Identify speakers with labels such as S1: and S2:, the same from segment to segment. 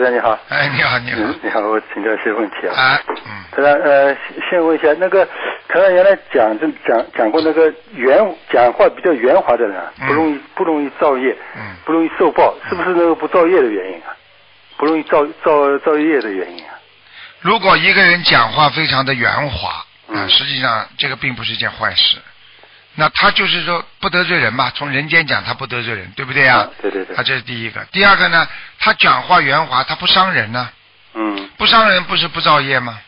S1: 先生你好，
S2: 哎，你好，你好，
S1: 嗯，你好，我请教一些问题啊。
S2: 啊，嗯，
S1: 台长，呃，先先问一下，那个台长原来讲就讲讲过那个圆讲话比较圆滑的人啊，
S2: 嗯
S1: 不容易不容易造业，
S2: 嗯
S1: 不容易受报，是不是那个不造业的原因啊？不容易造造造业的原因啊？
S2: 如果一个人讲话非常的圆滑，
S1: 嗯
S2: 啊，实际上这个并不是一件坏事。那他就是说不得罪人嘛，从人间讲他不得罪人，对不对啊？
S1: 啊对对对
S2: 啊，这是第一个。第二个呢，他讲话圆滑，他不伤人呢、
S1: 嗯，
S2: 不伤人不是不造业吗？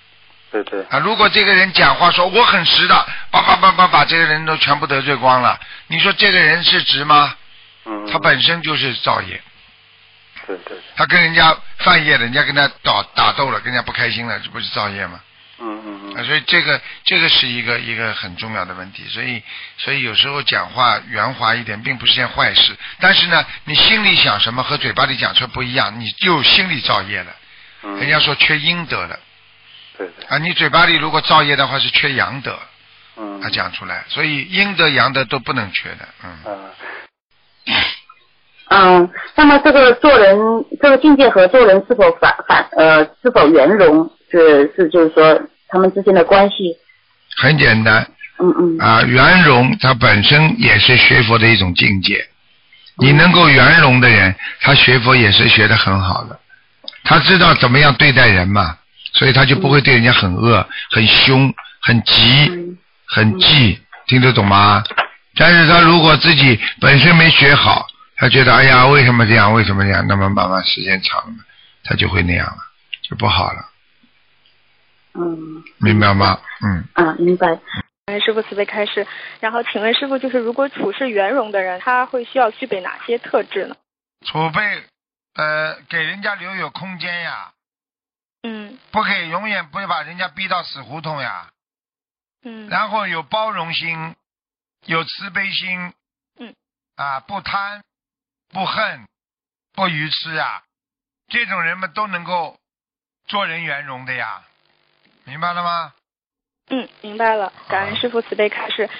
S1: 对对，
S2: 啊，如果这个人讲话说我很直的，叭叭叭叭把这个人都全部得罪光了，你说这个人是直吗？
S1: 嗯，
S2: 他本身就是造业，
S1: 对对，对
S2: 他跟人家犯业了，人家跟他打打斗了，跟人家不开心了，这不是造业吗？
S1: 嗯嗯
S2: 啊，
S1: 嗯，
S2: 所以这个这个是一个一个很重要的问题，所以所以有时候讲话圆滑一点，并不是件坏事。但是呢，你心里想什么和嘴巴里讲出来不一样，你就心里造业了。
S1: 嗯
S2: 人家说缺阴德了
S1: 对对，
S2: 啊，你嘴巴里如果造业的话是缺阳德，
S1: 嗯，
S2: 他讲出来，所以阴德阳德都不能缺的，嗯。
S1: 啊，
S3: 嗯，那么这个做人，这个境界和做人是否反反呃是否圆融，是是就是说他们之间的关系，
S2: 很简单
S3: 嗯嗯
S2: 啊，圆融它本身也是学佛的一种境界。你能够圆融的人，他学佛也是学得很好的，他知道怎么样对待人嘛，所以他就不会对人家很恶、很凶、很急、
S3: 嗯
S2: 很忌，听得懂吗？但是他如果自己本身没学好，他觉得哎呀为什么这样，为什么这样，那么慢慢时间长了，他就会那样了，就不好了，
S3: 嗯
S2: 明白吗？嗯，
S3: 啊，明白。
S4: 感恩师傅慈悲开示。然后，请问师傅，就是如果处事圆融的人，他会需要具备哪些特质呢？
S2: 储备呃给人家留有空间呀，
S4: 嗯
S2: 不给永远不会把人家逼到死胡同呀。
S4: 嗯
S2: 然后有包容心，有慈悲心，
S4: 嗯，
S2: 啊，不贪，不恨，不愚痴啊，这种人们都能够做人圆融的呀，明白了吗？
S4: 嗯，明白了。感恩师傅慈悲开示。